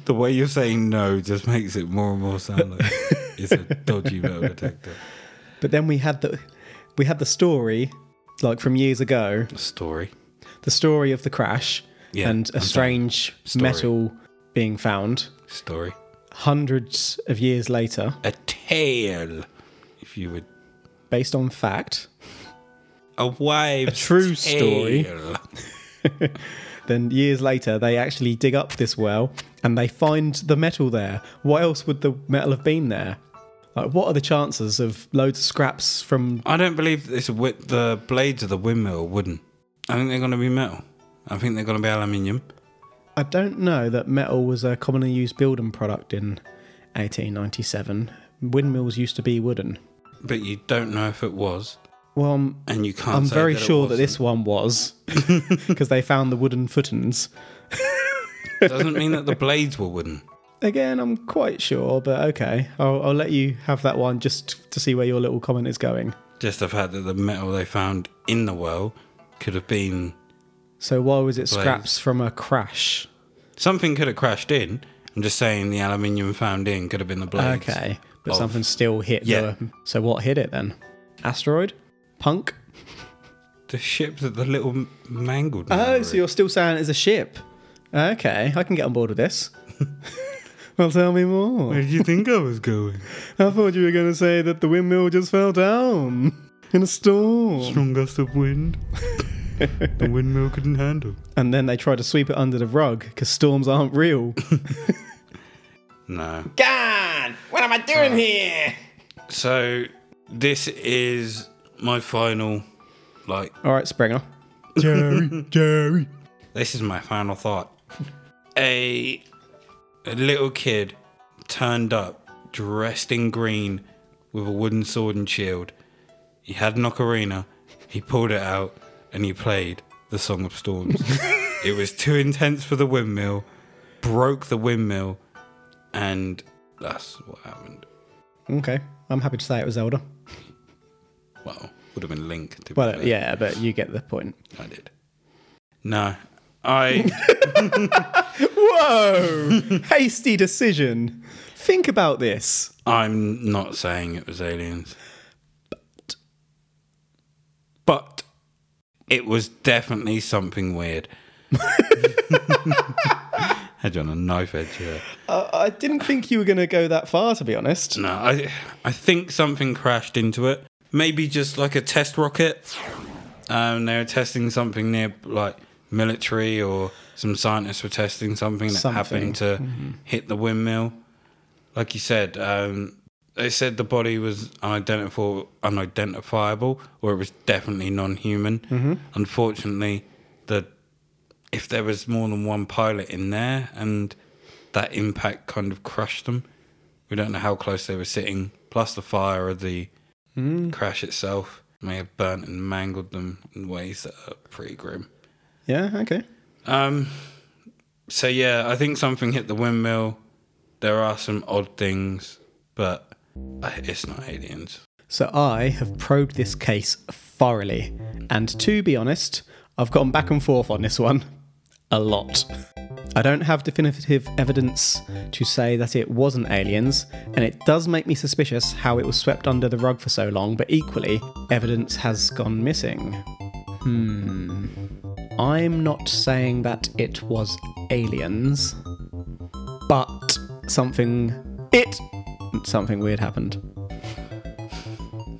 Speaker 4: the way you're saying no just makes it more and more sound like it's a dodgy metal detector.
Speaker 2: But then we had the we had the story like from years ago,
Speaker 4: Story.
Speaker 2: the story of the crash
Speaker 4: Yeah,
Speaker 2: and a
Speaker 4: I'm sorry.
Speaker 2: strange
Speaker 4: Story.
Speaker 2: metal being found
Speaker 4: Story.
Speaker 2: hundreds of years later
Speaker 4: A tale, if you would.
Speaker 2: based on fact.
Speaker 4: A wife.
Speaker 2: true story. Then years later they actually dig up this well and they find the metal there. What else would the metal have been there? Like what are the chances of loads of scraps from
Speaker 4: I don't believe this. Wi- the blades of the windmill are wooden. I think they're going to be metal. I think they're going to be aluminium.
Speaker 2: I don't know that metal was a commonly used building product in 1897. Windmills used to be wooden.
Speaker 4: But you don't know if it was,
Speaker 2: Well, I'm,
Speaker 4: and you can't.
Speaker 2: I'm
Speaker 4: say
Speaker 2: very
Speaker 4: Ah, that it
Speaker 2: sure that
Speaker 4: wasn't.
Speaker 2: this one was (laughs) because they found the wooden footings.
Speaker 4: doesn't mean that the blades were wooden.
Speaker 2: Again, I'm quite sure, but okay. I'll, I'll let you have that one just to see where your little comment is going.
Speaker 4: Just the fact that the metal they found in the well could have been
Speaker 2: So, why was it scraps
Speaker 4: Blaze.
Speaker 2: from a crash?
Speaker 4: something could have crashed in. I'm just saying the aluminium found in could have been the blades.
Speaker 2: Okay, but
Speaker 4: of-
Speaker 2: something still hit
Speaker 4: Yeah.
Speaker 2: the. So, what hit it then? Asteroid? Punk?
Speaker 4: The ship that the little m- mangled.
Speaker 2: Oh,
Speaker 4: man
Speaker 2: so
Speaker 4: were
Speaker 2: you're still saying it's a ship? Okay, I can get on board with this. well, tell me more.
Speaker 4: in. Where did you think I was
Speaker 2: (laughs)
Speaker 4: going?
Speaker 2: I thought you were going to say that the windmill just fell down in a
Speaker 4: (laughs)
Speaker 2: storm.
Speaker 4: Strong gust
Speaker 2: (laughs)
Speaker 4: of wind. the windmill couldn't handle.
Speaker 2: And then they try to sweep it under the rug because storms aren't real.
Speaker 4: No.
Speaker 5: God, what am I doing here?
Speaker 4: So this is my final, like
Speaker 2: All right, Springer.
Speaker 4: this is my final thought. A, a little kid turned up dressed in green with a wooden sword and shield. He had an ocarina. He pulled it out and he played the Song of
Speaker 2: (laughs)
Speaker 4: Storms. it was too intense for the windmill, broke the windmill, and that's what happened.
Speaker 2: Okay, I'm happy to say it was Zelda.
Speaker 4: Well, would have been Link. To be
Speaker 2: Well,
Speaker 4: fair.
Speaker 2: yeah, but you get the point.
Speaker 4: I did. No,
Speaker 2: (laughs)
Speaker 4: I.
Speaker 2: Whoa! (laughs) Hasty decision. Think about this.
Speaker 4: I'm not saying it was aliens. But. But it was definitely something weird. Had you on a knife edge here.
Speaker 2: I didn't think you were going to go that far, to be honest.
Speaker 4: No, I, I think something crashed into it. Maybe just like a test rocket. Um, they were testing something near like military or some scientists were testing something that happened to hit the windmill. Like you said, um, they said the body was unidentifiable, unidentifiable, or it was definitely non-human. Unfortunately, the if there was more than one pilot in there and that impact kind of crushed them. We don't know how close they were sitting, plus the fire of the crash itself may have burnt and mangled them in ways that are pretty grim.
Speaker 2: Yeah, okay.
Speaker 4: Um, so yeah, I think something hit the windmill. There are some odd things, but uh, it's not aliens.
Speaker 2: So I have probed this case thoroughly, and to be honest, I've gone back and forth on this one a lot. I don't have definitive evidence to say that it wasn't aliens, and it does make me suspicious how it was swept under the rug for so long, but equally, evidence has gone missing. Hmm. I'm not saying that it was aliens, but something. It. Something weird happened.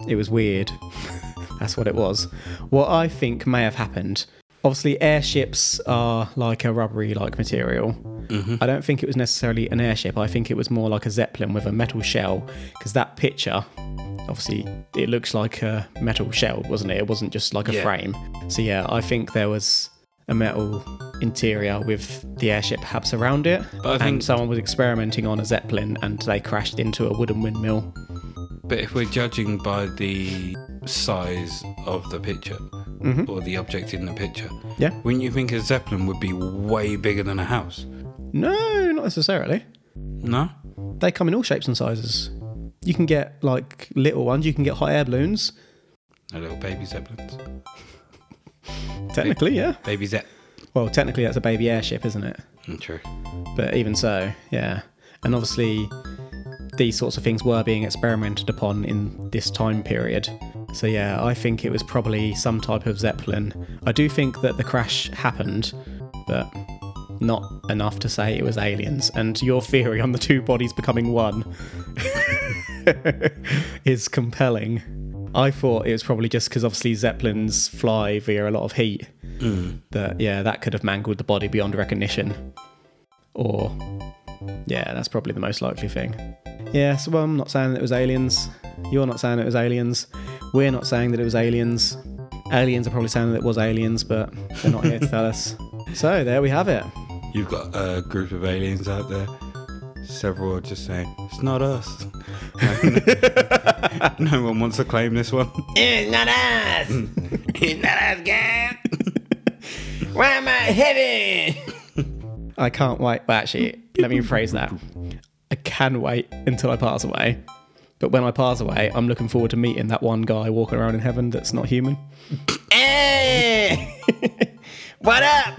Speaker 2: It was weird. (laughs) That's what it was. What I think may have happened. Obviously, airships are like a rubbery like material.
Speaker 4: Mm-hmm.
Speaker 2: I don't think it was necessarily an airship. I think it was more like a zeppelin with a metal shell. Because that picture, obviously, it looks like a metal shell, wasn't it? It wasn't just like a
Speaker 4: Yeah.
Speaker 2: frame. So yeah, I think there was a metal interior with the airship hubs around it.
Speaker 4: But I
Speaker 2: and
Speaker 4: think-
Speaker 2: someone was experimenting on a zeppelin, and they crashed into a wooden windmill.
Speaker 4: But if we're judging by the size of the picture or the object in the picture,
Speaker 2: Yeah.
Speaker 4: wouldn't you think a zeppelin would be way bigger than a house?
Speaker 2: No, not necessarily.
Speaker 4: No.
Speaker 2: they come in all shapes and sizes. You can get like little ones, you can get hot air balloons.
Speaker 4: A little baby zeppelins.
Speaker 2: Technically, yeah.
Speaker 4: Baby zep.
Speaker 2: Well, technically, that's a baby airship, isn't it?
Speaker 4: Mm, True.
Speaker 2: But even so, yeah. And obviously, these sorts of things were being experimented upon in this time period. So yeah, I think it was probably some type of zeppelin. I do think that the crash happened, but not enough to say it was aliens. And your theory on the two bodies becoming one (laughs) is compelling. I thought it was probably just because obviously zeppelins fly via a lot of heat. That yeah, that could have mangled the body beyond recognition. Or yeah, that's probably the most likely thing. Yeah, so well, I'm not saying that it was aliens. You're not saying it was aliens. We're not saying that it was aliens. Aliens are probably saying that it was aliens, but they're not here to tell (laughs) us. So there we have it.
Speaker 4: You've got a group of aliens out there. Several are just saying, it's not us. (laughs) no one wants to claim this one. (laughs)
Speaker 5: It's not us. (laughs) it's not us, guys. Why am I heavy?
Speaker 2: I can't wait. Well, actually, let me rephrase that. I can wait until I pass away. But when I pass away, I'm looking forward to meeting that one guy walking around in heaven that's not human.
Speaker 5: Hey! (laughs) what up?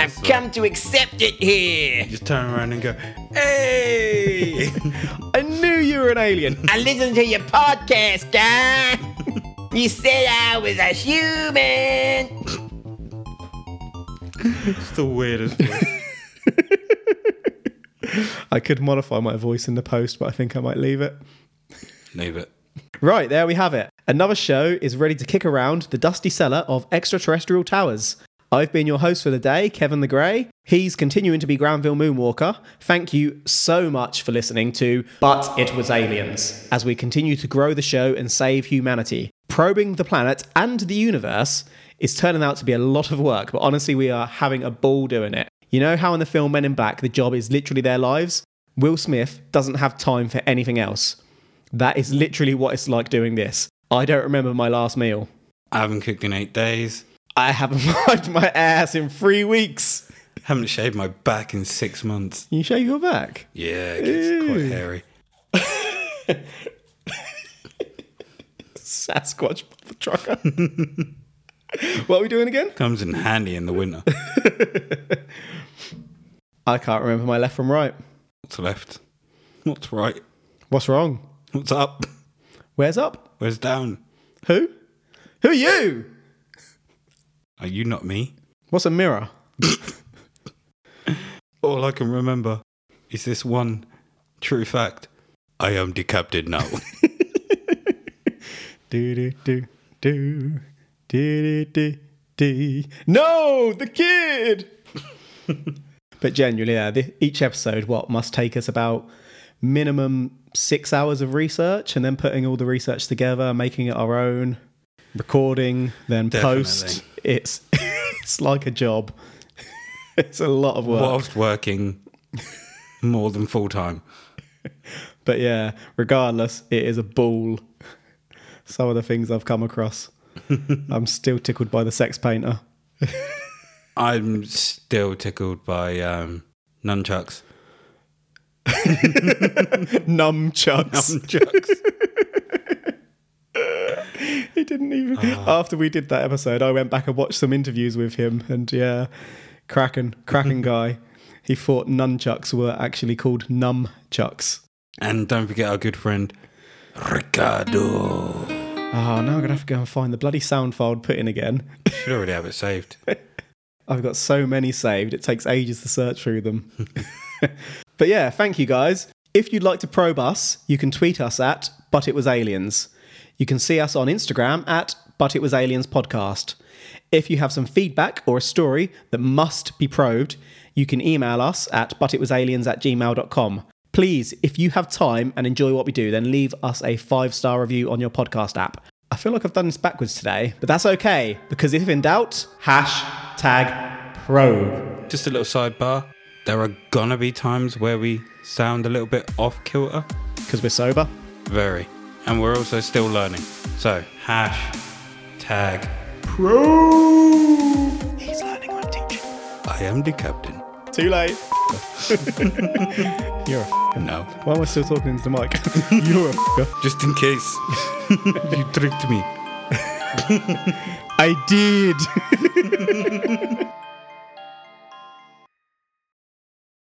Speaker 5: I've come to accept it here.
Speaker 4: Just turn around and go, hey!
Speaker 2: I knew you were an alien.
Speaker 5: I listened to your podcast, guy. you said I was a human.
Speaker 4: it's the weirdest voice.
Speaker 2: (laughs) I could modify my voice in the post, but I think I might leave it.
Speaker 4: (laughs) Leave it.
Speaker 2: Right, there we have it. Another show is ready to kick around the dusty cellar of extraterrestrial towers. I've been your host for the day, Kevin the Grey. He's continuing to be Granville Moonwalker. Thank you so much for listening to But It Was Aliens, as we continue to grow the show and save humanity. Probing the planet and the universe is turning out to be a lot of work, but honestly, we are having a ball doing it. You know how in the film Men in Black, the job is literally their lives? Will Smith doesn't have time for anything else. That is literally what it's like doing this. I don't remember my last meal.
Speaker 4: I haven't cooked in eight days.
Speaker 2: I haven't (laughs) wiped my ass in three weeks.
Speaker 4: Haven't shaved my back in six months.
Speaker 2: You shave your back?
Speaker 4: Yeah, it gets quite hairy.
Speaker 2: Sasquatch papa trucker. (laughs) what are we doing again?
Speaker 4: Comes in handy in the (laughs) winter.
Speaker 2: I can't remember my left from right.
Speaker 4: What's left? What's right?
Speaker 2: What's wrong?
Speaker 4: What's up?
Speaker 2: Where's up?
Speaker 4: Where's down?
Speaker 2: Who? Who are you?
Speaker 4: Are you not me?
Speaker 2: What's a mirror?
Speaker 4: All I can remember is this one true fact. I am the captain now. (laughs)
Speaker 2: Do do do do do do do do. No, the kid. (laughs) but generally, yeah, thi- each episode what must take us about minimum six hours of research, and then putting all the research together, making it our own, recording, then post. It's (laughs) it's like a job. (laughs) it's a lot of work.
Speaker 4: Whilst working more than full time.
Speaker 2: But yeah, regardless, it is a ball. Some of the things I've come across. I'm still tickled by the sex painter.
Speaker 4: I'm still tickled by um, nunchucks.
Speaker 2: Numchucks.
Speaker 4: Nunchucks.
Speaker 2: (laughs) he didn't even. After we did that episode, I went back and watched some interviews with him, and yeah, cracking, cracking guy. He thought nunchucks were actually called numchucks.
Speaker 4: (laughs) and don't forget our good friend, Ricardo.
Speaker 2: Oh, now I'm gonna have to go and find the bloody sound file to put in again. (laughs)
Speaker 4: Should already have it saved.
Speaker 2: I've got so many saved, it takes ages to search through them. (laughs) but yeah, thank you guys. If you'd like to probe us, you can tweet us at But It Was Aliens. You can see us on Instagram at But It Was Aliens Podcast. If you have some feedback or a story that must be probed, you can email us at butitwasaliens at gmail.com. Please, if you have time and enjoy what we do, then leave us a five star review on your podcast app. I feel like I've done this backwards today, but that's okay, because if in doubt, hashtag probe.
Speaker 4: Just a little sidebar. There are gonna be times where we sound a little bit off kilter.
Speaker 2: Because we're sober.
Speaker 4: Very. And we're also still learning. So, hashtag
Speaker 2: He's learning, I'm teaching.
Speaker 4: I am the captain.
Speaker 2: Too late. You're a f-
Speaker 4: No.
Speaker 2: Why am I still talking into the mic? You're a f-
Speaker 4: Just in case. (laughs) you tricked me.
Speaker 2: I did.